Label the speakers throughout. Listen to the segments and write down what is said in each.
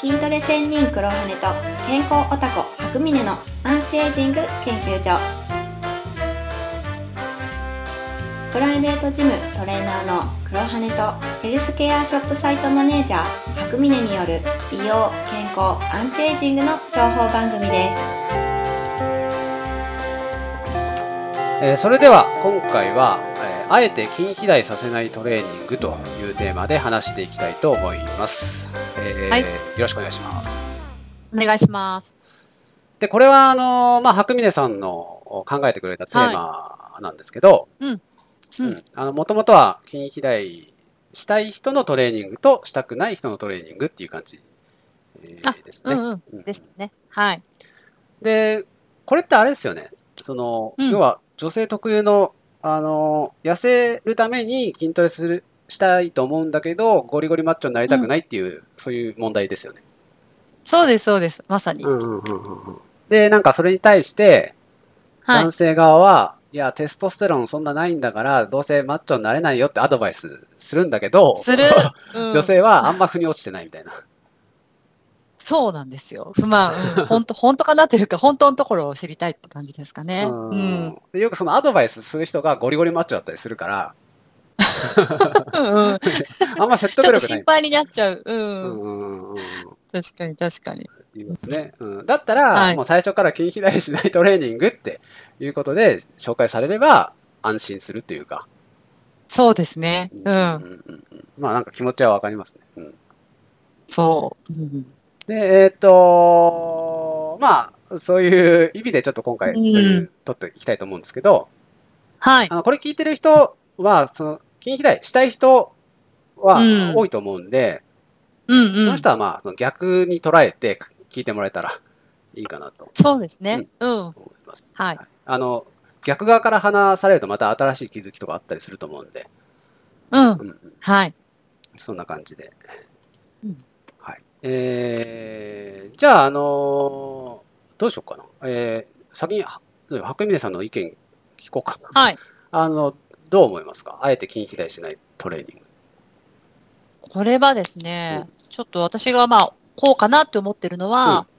Speaker 1: 筋トレ専任黒羽と健康オタコ白峰のアンチエイジング研究所プライベートジムトレーナーの黒羽とヘルスケアショップサイトマネージャー白峰による美容健康アンチエイジングの情報番組です
Speaker 2: えーそれでは今回は、えーあえて筋肥大させないトレーニングというテーマで話していきたいと思います、えー
Speaker 3: はい
Speaker 2: よろしくお願いします
Speaker 3: お願いします。
Speaker 2: でこれはあのーまあ、白峰さんのお考えてくれたテーマなんですけど
Speaker 3: うんうん
Speaker 2: もともとは筋肥大したい人のトレーニングとしたくない人のトレーニングっていう感じ、えー
Speaker 3: あ
Speaker 2: です
Speaker 3: う
Speaker 2: ね、
Speaker 3: んうん。
Speaker 2: うん
Speaker 3: ですね。はい。
Speaker 2: で、これってあれですよね。その、
Speaker 3: うん
Speaker 2: 要は女性特有の、あの、痩せるために筋トレする、したいと思うんだけど、ゴリゴリマッチョになりたくないっていう、そういう問題ですよね。
Speaker 3: そうです、そうです。まさに。
Speaker 2: で、なんかそれに対して、
Speaker 3: はい
Speaker 2: 男。性側は、いや、テストステロンそんなないんだから、どうせマッチョになれないよってアドバイスするんだけど、
Speaker 3: する、うん
Speaker 2: 女性はあんま腑に落ちてないみたいな。
Speaker 3: そうなんですよ。まあ、 本当本当かなというか、本当のところを知りたいって感じですかね。
Speaker 2: うん
Speaker 3: うん。
Speaker 2: でよくそのアドバイスする人がゴリゴリマッチョだったりするから、
Speaker 3: うん。ち
Speaker 2: あんま説
Speaker 3: ょ
Speaker 2: 得力ない
Speaker 3: っと心。配になっちゃう。う。
Speaker 2: うんんうんうんうん
Speaker 3: 確かに、確かに。
Speaker 2: っていうことですね。うん、だったら、
Speaker 3: はい
Speaker 2: もう最初から筋肥大しないトレーニングっていうことで紹介されれば安心するというか。
Speaker 3: そうですね。う。
Speaker 2: うんんうんうんまあなんか気持ちはわかりますね。うん、
Speaker 3: そう。うん
Speaker 2: で、えーっ、とまあ、そういう意味でちょっと今回、そういう、
Speaker 3: うん
Speaker 2: 撮っていきたいと思うんですけど、
Speaker 3: はい
Speaker 2: あ。の、これ聞いてる人は、その、筋肥大したい人は
Speaker 3: うん
Speaker 2: 多いと思うんで、
Speaker 3: うん
Speaker 2: そうの
Speaker 3: ん。
Speaker 2: 人はまあ、その逆に捉えて聞いてもらえたらいいかなと
Speaker 3: そうですね。うん。
Speaker 2: 思います。
Speaker 3: はい。
Speaker 2: あの、逆側から話されるとまた新しい気づきとかあったりすると思うんで、
Speaker 3: うん。
Speaker 2: うんうん、
Speaker 3: はい。
Speaker 2: そんな感じで。
Speaker 3: うん
Speaker 2: はい。えー、じゃあ、あのーどうしようかな。えー、先に、は白峰さんの意見聞こうかな。
Speaker 3: はい。
Speaker 2: あの、どう思いますかあえて筋肥大しないトレーニング。
Speaker 3: これはですね、ちょっと私がまあ、こうかなって思ってるのは、
Speaker 2: うん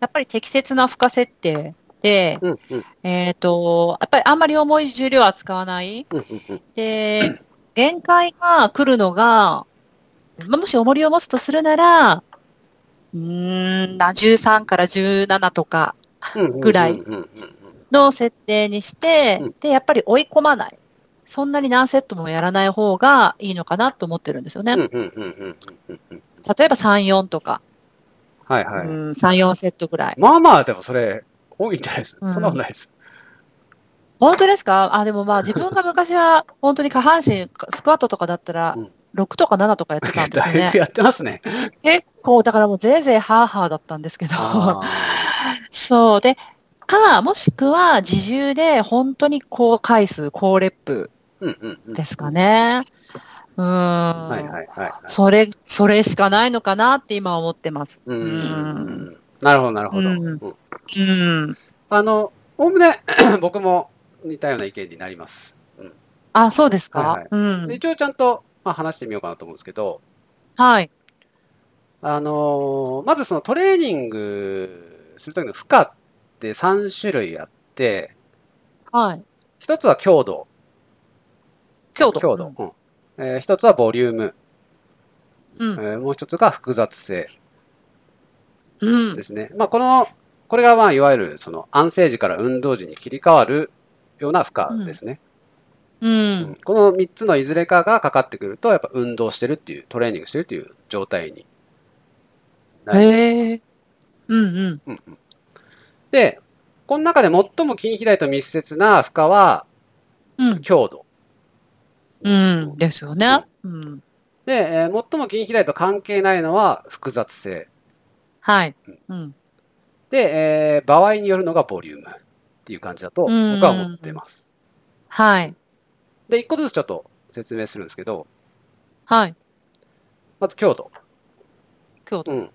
Speaker 3: やっぱり適切な負荷設定で、
Speaker 2: うん、うん、
Speaker 3: えっ、と、やっぱりあんまり重い重量は扱わない。
Speaker 2: うん、うん、うん。
Speaker 3: で、限界が来るのが、まあもし重りを持つとするなら、うーん、な13から17とかぐらい
Speaker 2: うん、うん、
Speaker 3: の設定にして
Speaker 2: うん、
Speaker 3: で、やっぱり追い込まない。そんなに何セットもやらない方がいいのかなと思ってるんですよね。
Speaker 2: うん、うん、うん、うん、うんうんうん。
Speaker 3: 例えば3、4とか、
Speaker 2: はい、はい。
Speaker 3: うん、3、4セットぐらい。
Speaker 2: まあまあ、でもそれ、多いんじゃないです。
Speaker 3: うん
Speaker 2: そんなことないです。
Speaker 3: 本当ですかあ、で もまあ自分が昔は本当に下半身、スクワットとかだったら
Speaker 2: うん、
Speaker 3: 6とか7とかやってたんです
Speaker 2: だ
Speaker 3: よ
Speaker 2: い
Speaker 3: ね
Speaker 2: ぶ。やってますね。
Speaker 3: 結構、だからもうぜいぜいハーハーだったんですけど。
Speaker 2: あ
Speaker 3: そう。で、か、もしくは自重で本当に高回数、高レップ
Speaker 2: ーうんうんうん
Speaker 3: ですかね。うーん。
Speaker 2: はいはいはいはい。
Speaker 3: それ、それしかないのかなって今思ってます。
Speaker 2: うんうんうんう。
Speaker 3: うん
Speaker 2: なるほどなるほど。
Speaker 3: うん
Speaker 2: うん
Speaker 3: うん。
Speaker 2: あの、おおむね 僕も似たような意見になります。うん
Speaker 3: あ、そうですか、
Speaker 2: はいはい
Speaker 3: うん
Speaker 2: で。一応ちゃんと、まあ、話してみようかなと思うんですけど、
Speaker 3: はい。
Speaker 2: あのーまずそのトレーニングするときの負荷って3種類あって、
Speaker 3: はい。
Speaker 2: 一つは強度。
Speaker 3: 強度。
Speaker 2: 強度。うんえー一つはボリューム、
Speaker 3: うん。
Speaker 2: え
Speaker 3: う
Speaker 2: ー
Speaker 3: ん。
Speaker 2: もう一つが複雑性
Speaker 3: うん
Speaker 2: で。すね。まあ、この、これがまあいわゆるその安静時から運動時に切り替わるような負荷ですね。
Speaker 3: うん。
Speaker 2: この3つのいずれかがかかってくると、やっぱ運動してるっていう、トレーニングしてるっていう状態になります。
Speaker 3: へえ。うんうん。
Speaker 2: うんうんで、この中で最も筋肥大と密接な負荷は
Speaker 3: うん。
Speaker 2: 強度ですね、
Speaker 3: うん。ですよね。うん。
Speaker 2: で、えー最も筋肥大と関係ないのは複雑性。
Speaker 3: はい。うん。
Speaker 2: で、えー場合によるのがボリュームっていう感じだと僕は思ってます。
Speaker 3: はい。
Speaker 2: で、一個ずつちょっと説明するんですけど、
Speaker 3: はい。
Speaker 2: まず強度。
Speaker 3: 強度。
Speaker 2: うん。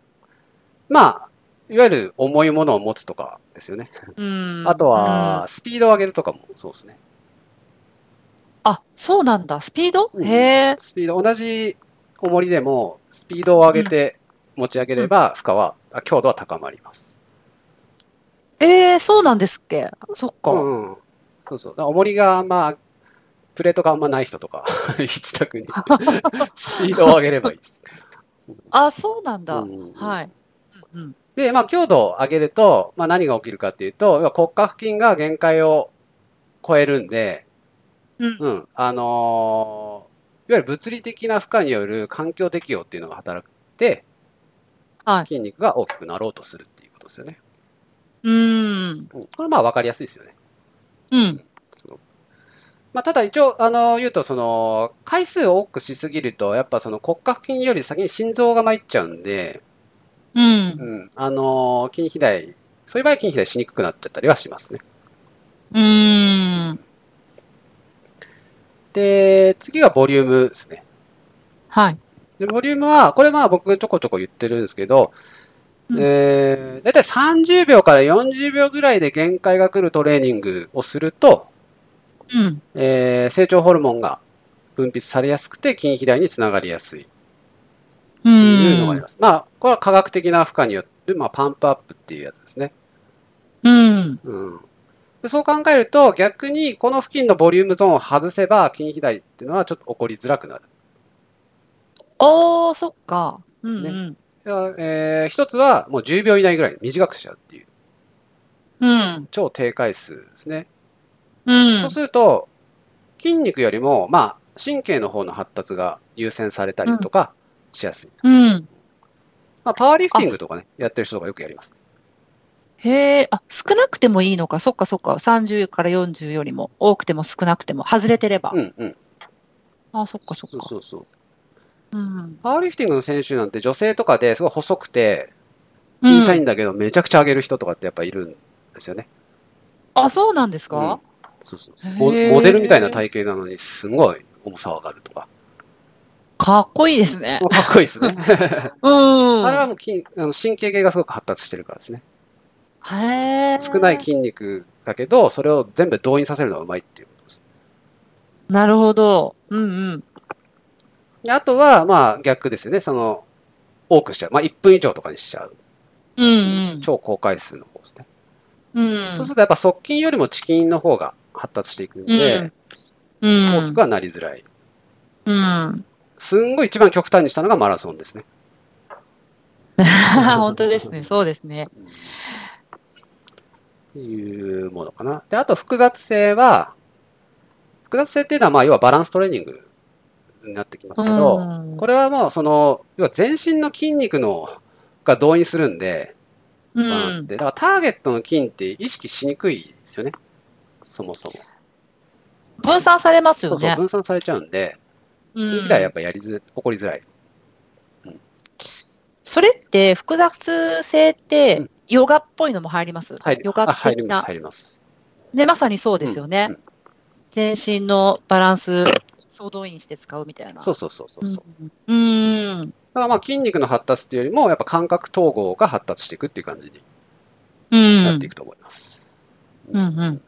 Speaker 2: まあ、いわゆる重いものを持つとかですよね。
Speaker 3: うん。
Speaker 2: あと
Speaker 3: うん
Speaker 2: は、、スピードを上げるとかもそうですね。
Speaker 3: あ、そうなんだ。スピード
Speaker 2: うん
Speaker 3: へえ。
Speaker 2: スピード、同じ重りでも、スピードを上げて、持ち上げれば負荷は、あ強度は高まります。
Speaker 3: えー、そうなんですっけそっか。
Speaker 2: うんうんそうそう。だから重りがあんま、プレートがあんまない人とか、 一択 にスピードを上げればいいです。
Speaker 3: あ、そうなんだ。
Speaker 2: うんうん
Speaker 3: はい。うんうん、
Speaker 2: で、まあ、強度を上げると、まあ、何が起きるかっていうと、要は骨格筋が限界を超えるんで、
Speaker 3: うん
Speaker 2: うん、あのーいわゆる物理的な負荷による環境適応っていうのが働くて、
Speaker 3: はい
Speaker 2: 筋肉が大きくなろうとするっていうことですよね。
Speaker 3: うーん。
Speaker 2: うん、これまあ分かりやすいですよね。
Speaker 3: うん。
Speaker 2: すごくまあ、ただ一応、あのー言うと、その、回数を多くしすぎると、やっぱその骨格筋より先に心臓が参っちゃうんで、
Speaker 3: うん。
Speaker 2: うん、あのー筋肥大、そういう場合筋肥大しにくくなっちゃったりはしますね。
Speaker 3: うーん。
Speaker 2: で、次がボリュームですね。
Speaker 3: はい。
Speaker 2: で、ボリュームは、これまあ僕ちょこちょこ言ってるんですけど、
Speaker 3: うん
Speaker 2: えー、だいたい30秒から40秒ぐらいで限界が来るトレーニングをすると、
Speaker 3: うん。
Speaker 2: えー成長ホルモンが分泌されやすくて筋肥大につながりやすい
Speaker 3: うん。う
Speaker 2: というのがあり
Speaker 3: ん
Speaker 2: ます。まあ、これは科学的な負荷によって、まあ、パンプアップっていうやつですね。
Speaker 3: うん。
Speaker 2: うん。でそう考えると、逆にこの付近のボリュームゾーンを外せば筋肥大っていうのはちょっと起こりづらくなる。
Speaker 3: おー、そっか。うん、
Speaker 2: です
Speaker 3: うん。
Speaker 2: いやえー一つはもう10秒以内ぐらいに短くしちゃうっていう
Speaker 3: うん。
Speaker 2: 超低回数ですね。
Speaker 3: うん
Speaker 2: そう。すると筋肉よりもまあ神経の方の発達が優先されたりとかしやすい。
Speaker 3: うん。
Speaker 2: まあ、パワーリフティングとかね、やってる人とかよくやります。
Speaker 3: へえ、あ、少なくてもいいのか。そっかそっか。30から40よりも、多くても少なくても、外れてれば。
Speaker 2: うんうん。
Speaker 3: あ、そっかそっ
Speaker 2: そう
Speaker 3: か。
Speaker 2: そうそう。
Speaker 3: うん。
Speaker 2: パワーリフティングの選手なんて女性とかですごい細くて小さいんだけどめちゃくちゃ上げる人とかってやっぱいるんですよね。
Speaker 3: あ、そうなんです
Speaker 2: うん
Speaker 3: か、
Speaker 2: そうそう
Speaker 3: へー
Speaker 2: モモデルみたいな体型なのにすごい重さ上がると か。
Speaker 3: かっこいいですね。
Speaker 2: かっこいいです ね。
Speaker 3: うん。
Speaker 2: あれはもう筋あの神経系がすごく発達してるからですね。
Speaker 3: へえ。
Speaker 2: 少ない筋肉だけど、それを全部動員させるのがうまいっていうことです。
Speaker 3: なるほど。うんうん。
Speaker 2: であとは、まあ逆ですよね。その、多くしちゃう。まあ1分以上とかにしちゃう。
Speaker 3: うんうん。
Speaker 2: 超高回数の方ですね。
Speaker 3: うん。
Speaker 2: そうするとやっぱ側筋よりもチキンの方が発達していくんで、
Speaker 3: うん。
Speaker 2: 大きくはなりづらい。
Speaker 3: うん。
Speaker 2: すんごい一番極端にしたのがマラソンですね。
Speaker 3: 本当ですね。そうですね。
Speaker 2: っていうものかな。で、あと複雑性は、複雑性っていうのは、まあ、要はバランストレーニングになってきますけど、
Speaker 3: うん
Speaker 2: これはもう、その、要は全身の筋肉の、が動員するんで、
Speaker 3: う
Speaker 2: バランスっ
Speaker 3: ん。
Speaker 2: て。だからターゲットの筋って意識しにくいですよね。そもそも。
Speaker 3: 分散されます
Speaker 2: そ
Speaker 3: よ
Speaker 2: うそう、
Speaker 3: ね。
Speaker 2: 分散されちゃうんで、
Speaker 3: うん
Speaker 2: 筋肥大やっぱやりづ、起こりづらい。
Speaker 3: それって複雑性っ
Speaker 2: う
Speaker 3: て
Speaker 2: ん
Speaker 3: ヨガっぽいのも入ります。
Speaker 2: 入り
Speaker 3: ヨガ
Speaker 2: あ入り
Speaker 3: 的
Speaker 2: ます、
Speaker 3: な。
Speaker 2: 入ります。
Speaker 3: ね、まさにそうですよね
Speaker 2: うんうん。
Speaker 3: 全身のバランス、総動員して使うみたいな。
Speaker 2: そうそうそうそうそう。
Speaker 3: うんうん。う
Speaker 2: だ
Speaker 3: ん。
Speaker 2: からまあ筋肉の発達っていうよりも、やっぱ感覚統合が発達していくっていう感じに
Speaker 3: うん。
Speaker 2: なっていくと思います。
Speaker 3: うんうん。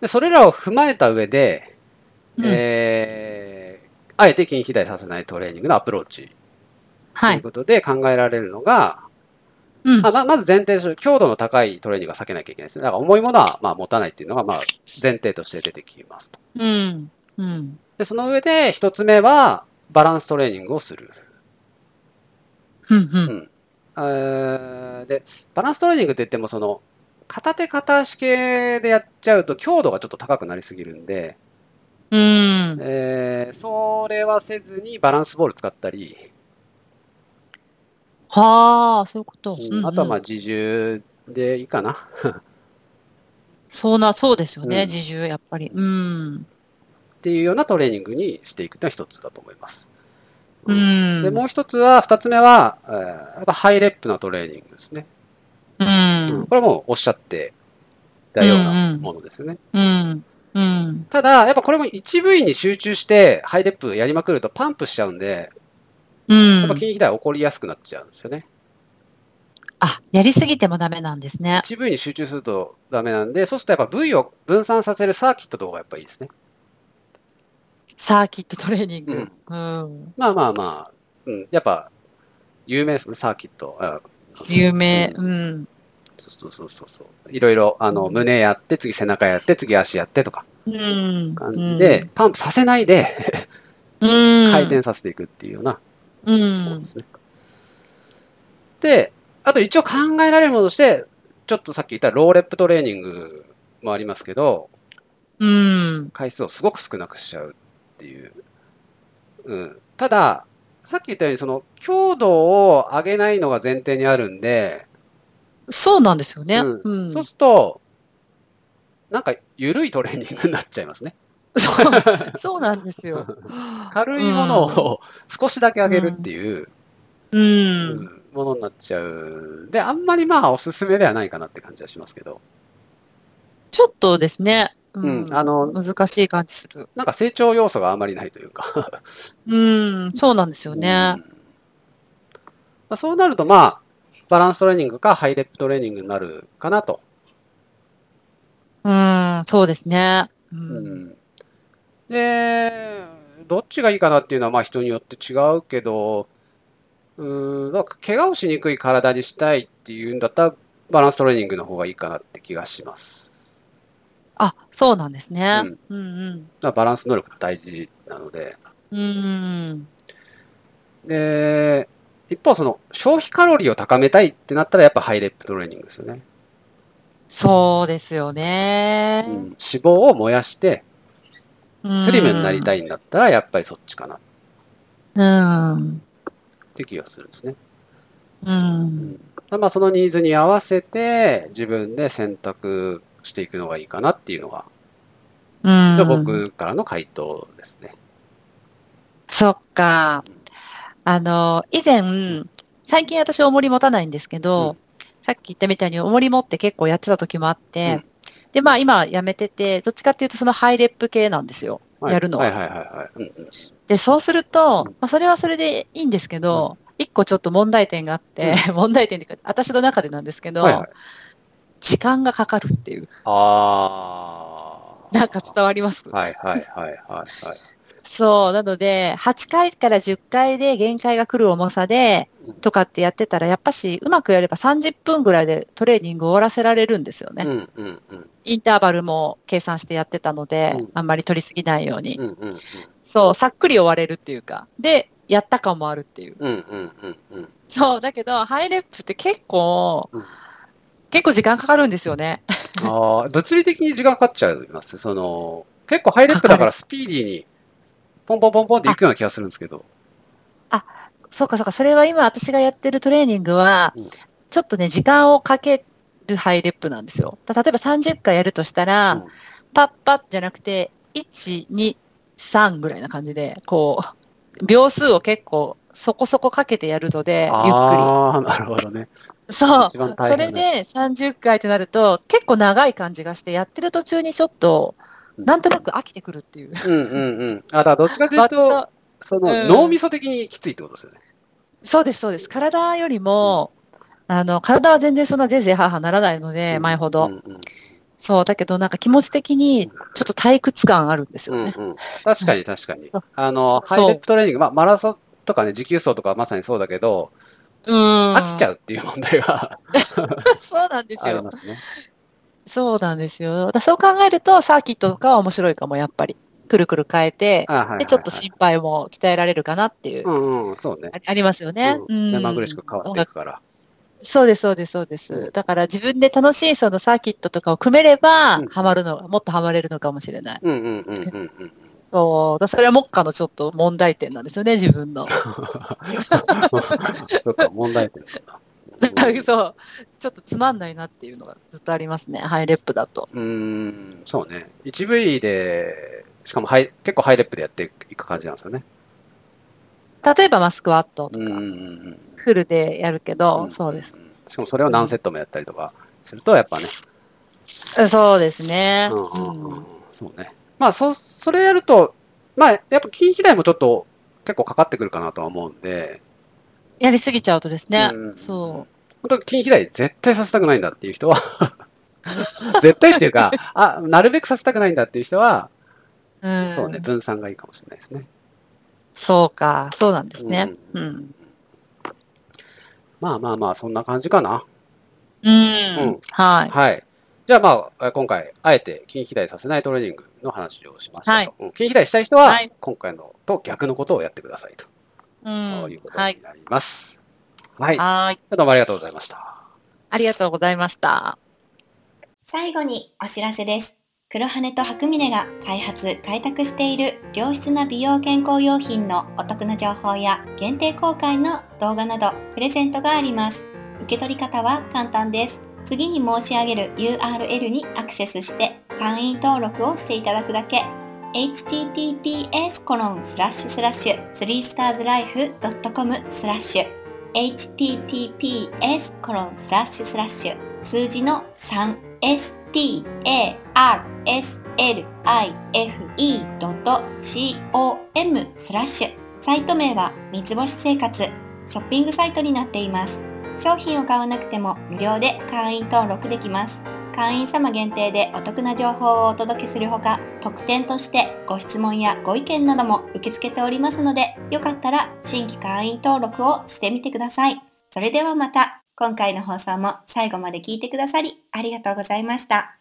Speaker 2: で、それらを踏まえた上で、
Speaker 3: うん
Speaker 2: えー、あえて筋肥大させないトレーニングのアプローチと。
Speaker 3: はいいう
Speaker 2: ことで考えられるのが、
Speaker 3: うん
Speaker 2: まあ、。ままず前提として強度の高いトレーニングは避けなきゃいけないですね。だから重いものはまあ持たないっていうのがまあ前提として出てきますと。
Speaker 3: うん。うん。
Speaker 2: で、その上で一つ目はバランストレーニングをする。
Speaker 3: うん。う
Speaker 2: うん
Speaker 3: ん。
Speaker 2: えーで、バランストレーニングって言ってもその片手片足系でやっちゃうと強度がちょっと高くなりすぎるんで、
Speaker 3: うん。
Speaker 2: えーそれはせずにバランスボール使ったり、
Speaker 3: はあ、そういうこと。
Speaker 2: うん
Speaker 3: うんうん
Speaker 2: あとはまあ自重でいいかな。
Speaker 3: そうな、そうですよね、
Speaker 2: うん
Speaker 3: 自重、やっぱり。うん。
Speaker 2: っていうようなトレーニングにしていくというのは一つだと思います。う
Speaker 3: うんん。
Speaker 2: で、もう一つは、二つ目は、えーやっぱハイレップなトレーニングですね。
Speaker 3: うん。
Speaker 2: これはもうおっしゃってたようなものですよね。
Speaker 3: うん。うん。
Speaker 2: ただ、やっぱこれも一部位に集中してハイレップやりまくるとパンプしちゃうんで、
Speaker 3: うん
Speaker 2: やっぱ筋肥大起こりやすくなっちゃうんですよね。
Speaker 3: あ、やりすぎてもダメなんですね。
Speaker 2: 一部位に集中するとダメなんで、そうするとやっぱ部位を分散させるサーキットとかがやっぱいいですね。
Speaker 3: サーキットトレーニング。うん。
Speaker 2: まあまあまあ、うん、やっぱ、有名ですね、サーキット。あ
Speaker 3: 有名。うん。
Speaker 2: そうそうそうそう。いろいろ、あの、胸やって、次背中やって、次足やってとか、
Speaker 3: うん。
Speaker 2: 感じで、パンプさせないで、
Speaker 3: うん、
Speaker 2: 回転させていくっていうような
Speaker 3: う
Speaker 2: ところ
Speaker 3: ん
Speaker 2: で。すね。で、あと一応考えられるものとして、ちょっとさっき言ったローレップトレーニングもありますけど、
Speaker 3: うん。
Speaker 2: 回数をすごく少なくしちゃうっていう。うん。ただ、さっき言ったように、その、強度を上げないのが前提にあるんで、
Speaker 3: そうなんですよね。
Speaker 2: うん
Speaker 3: うん。
Speaker 2: そうすると、なんか、緩いトレーニングになっちゃいますね。
Speaker 3: そ うそうなんですよ。
Speaker 2: 軽いものを少しだけ上げるっていう、う
Speaker 3: う。
Speaker 2: んんものになっちゃう。で、あんまりまあ、おすすめではないかなって感じはしますけど。
Speaker 3: ちょっとですね。
Speaker 2: うん。あの、
Speaker 3: 難しい感じする。
Speaker 2: なんか成長要素があんまりないというか。
Speaker 3: うん。そうなんですよね
Speaker 2: うん。まあ、そうなると、まあ、バランストレーニングかハイレップトレーニングになるかなと。
Speaker 3: うん。そうですね。う。
Speaker 2: うんで、どっちがいいかなっていうのは、まあ人によって違うけど、うーん、なんか怪我をしにくい体にしたいっていうんだったら、バランストレーニングの方がいいかなって気がします。
Speaker 3: あ、そうなんですね
Speaker 2: うん。
Speaker 3: うん。
Speaker 2: まあバランス能力が大事なので。
Speaker 3: うん。うん。
Speaker 2: で、一方その消費カロリーを高めたいってなったらやっぱハイレップトレーニングですよね。
Speaker 3: そうですよね
Speaker 2: うん。。脂肪を燃やしてスリムになり
Speaker 3: い。
Speaker 2: たいんだったらやっぱりそっちかなっ
Speaker 3: うん。
Speaker 2: て気がするんですね。
Speaker 3: うん。
Speaker 2: まあそのニーズに合わせて自分で選択していくのがいいかなっていうのが、
Speaker 3: うん。
Speaker 2: ちょっと。僕からの回答ですね。
Speaker 3: そっか。あの、以前、最近私重り持たないんですけど、さっき言ったみたいに重り持って結構やってた時もあって、で、まあ今やめてて、どっちかっていうとそのハイレップ系なんですよ。
Speaker 2: はい、
Speaker 3: やるの
Speaker 2: はいはいはいはい。うんうん
Speaker 3: で、そうすると
Speaker 2: うん、
Speaker 3: まあそれはそれでいいんですけど、一個ちょっと問題点があって、 問題点っていうか、私の中でなんですけど、
Speaker 2: はいはい
Speaker 3: 時間がかかるっていう。
Speaker 2: あー。
Speaker 3: なんか伝わります
Speaker 2: はいはいはいはいはい。
Speaker 3: そう、なので、8回から10回で限界が来る重さで
Speaker 2: うん、
Speaker 3: とかってやってたら、やっぱし、うまくやれば30分ぐらいでトレーニング終わらせられるんですよね。
Speaker 2: うんうんうん
Speaker 3: インターバルも計算してやってたので、
Speaker 2: うん
Speaker 3: あんまり取りすぎないように。
Speaker 2: うんうん
Speaker 3: そう、さっくり終われるっていうか、で、やった感もあるっていう。
Speaker 2: うんうんうんうん
Speaker 3: そう、だけど、ハイレップって結構、
Speaker 2: うん
Speaker 3: 結構時間かかるんですよね。
Speaker 2: あー物理的に時間かかっちゃいます。その、結構ハイレップだからスピーディーに、ポンポンポンポンっていくような気がするんですけど。
Speaker 3: そうかそうか、それは今私がやってるトレーニングは
Speaker 2: うん、
Speaker 3: ちょっとね、時間をかけるハイレップなんですよ。だ例えば30回やるとしたら、
Speaker 2: うん
Speaker 3: パッパッじゃなくて、1、2、3ぐらいな感じで、こう、秒数を結構そこそこかけてやるので、ゆっく
Speaker 2: ああ、なるほどね。
Speaker 3: り。そう。
Speaker 2: 一番大
Speaker 3: それ
Speaker 2: 変なや
Speaker 3: で30回ってなると、結構長い感じがして、やってる途中にちょっと、
Speaker 2: うん
Speaker 3: なんとなく飽きてくるっていう。
Speaker 2: うんうんうん。あ、だからどっちかというと、
Speaker 3: 割と
Speaker 2: その、
Speaker 3: うん
Speaker 2: 脳みそ的にきついってことですよね。
Speaker 3: そうです、そうです。体よりも、あの、体は全然そんなぜいぜいはーはーならないので、前ほど。
Speaker 2: うんうん
Speaker 3: そう、だけどなんか気持ち的にちょっと退屈感あるんですよね。
Speaker 2: うんうん確かに確かに
Speaker 3: そう。
Speaker 2: あの、
Speaker 3: そ
Speaker 2: ハ
Speaker 3: う
Speaker 2: イレップトレーニング、まあ、マラソンとかね、持久走とかまさにそうだけど、
Speaker 3: うん
Speaker 2: 飽きちゃ
Speaker 3: う。
Speaker 2: うっていう問題が
Speaker 3: そうなんです
Speaker 2: あり
Speaker 3: よ。
Speaker 2: ますね。
Speaker 3: そうなんですよ。だからそう考えると、サーキットとかは面白いかも、やっぱり。くるくる変えて、
Speaker 2: あはいはいはい
Speaker 3: で、ちょっと心配も鍛えられるかなっていう、
Speaker 2: うんうん、そうね
Speaker 3: あ。ありますよね。
Speaker 2: う
Speaker 3: うんん。
Speaker 2: 目まぐるしく変わっていくから。
Speaker 3: そうです、そうです、そうです。だから自分で楽しいそのサーキットとかを組めれば、
Speaker 2: うん
Speaker 3: ハマるのが、もっとハマれるのかもしれない。
Speaker 2: うんうんうんうんうん。
Speaker 3: そう。だからそれは目下のちょっと問題点なんですよね、自分の。
Speaker 2: そっか、問題点なんだ。
Speaker 3: そう。ちょっとつまんないなっていうのがずっとありますね、ハイレップだと。
Speaker 2: うーん、そうね。1V で、しかもハイ結構ハイレップでやっていく感じなんですよね。
Speaker 3: 例えばマスクワットと
Speaker 2: うんうんう
Speaker 3: か、
Speaker 2: ん
Speaker 3: フルでやるけど、
Speaker 2: うん。
Speaker 3: そうです。
Speaker 2: ん。しかもそれを何セットもやったりとかすると、やっぱね。
Speaker 3: そうですね。
Speaker 2: うんうんうん
Speaker 3: う
Speaker 2: うんん、そうね。まあ、そ、それやると、まあ、やっぱ筋肥大もちょっと結構かかってくるかなとは思うんで、
Speaker 3: やりすぎちゃうとですね
Speaker 2: う。ん
Speaker 3: そ
Speaker 2: 本当に筋肥大絶対させたくないんだっていう 人は、絶対っていうか、あ、なるべくさせたくないんだっていう人は、
Speaker 3: う。うん
Speaker 2: そうね、分散がいいかもしれないですね。
Speaker 3: そうか、そうなんですね。
Speaker 2: う
Speaker 3: うんん。
Speaker 2: まあまあまあ、そんな感じかな。
Speaker 3: うん。
Speaker 2: うん
Speaker 3: はい。
Speaker 2: はい。じゃあまあ、え今回、あえて筋肥大させないトレーニングの話をしましたと。
Speaker 3: はい
Speaker 2: うん筋肥大したい人は
Speaker 3: はい、
Speaker 2: 今回のと逆のことをやってくださいと、
Speaker 3: うん。
Speaker 2: いうこと
Speaker 3: はい
Speaker 2: に。なります。はい。
Speaker 3: はい。
Speaker 2: どうもありがとうございました。
Speaker 3: ありがとうございました。
Speaker 1: 最後にお知らせです。黒羽と白峰が開発・開拓している良質な美容健康用品のお得な情報や限定公開の動画などプレゼントがあります。受け取り方は簡単です。次に申し上げる URL にアクセスして会員登録をしていただくだけ。https コロンスラッシュスラッシュ 3starslife.com スラッシュ https コロンスラッシュスラッシュ数字の 3starslife.com スラッシュサイト名は三つ星生活ショッピングサイトになっています商品を買わなくても無料で会員登録できます会員様限定でお得な情報をお届けするほか特典としてご質問やご意見なども受け付けておりますのでよかったら新規会員登録をしてみてくださいそれではまた、今回の放送も最後まで聞いてくださりありがとうございました。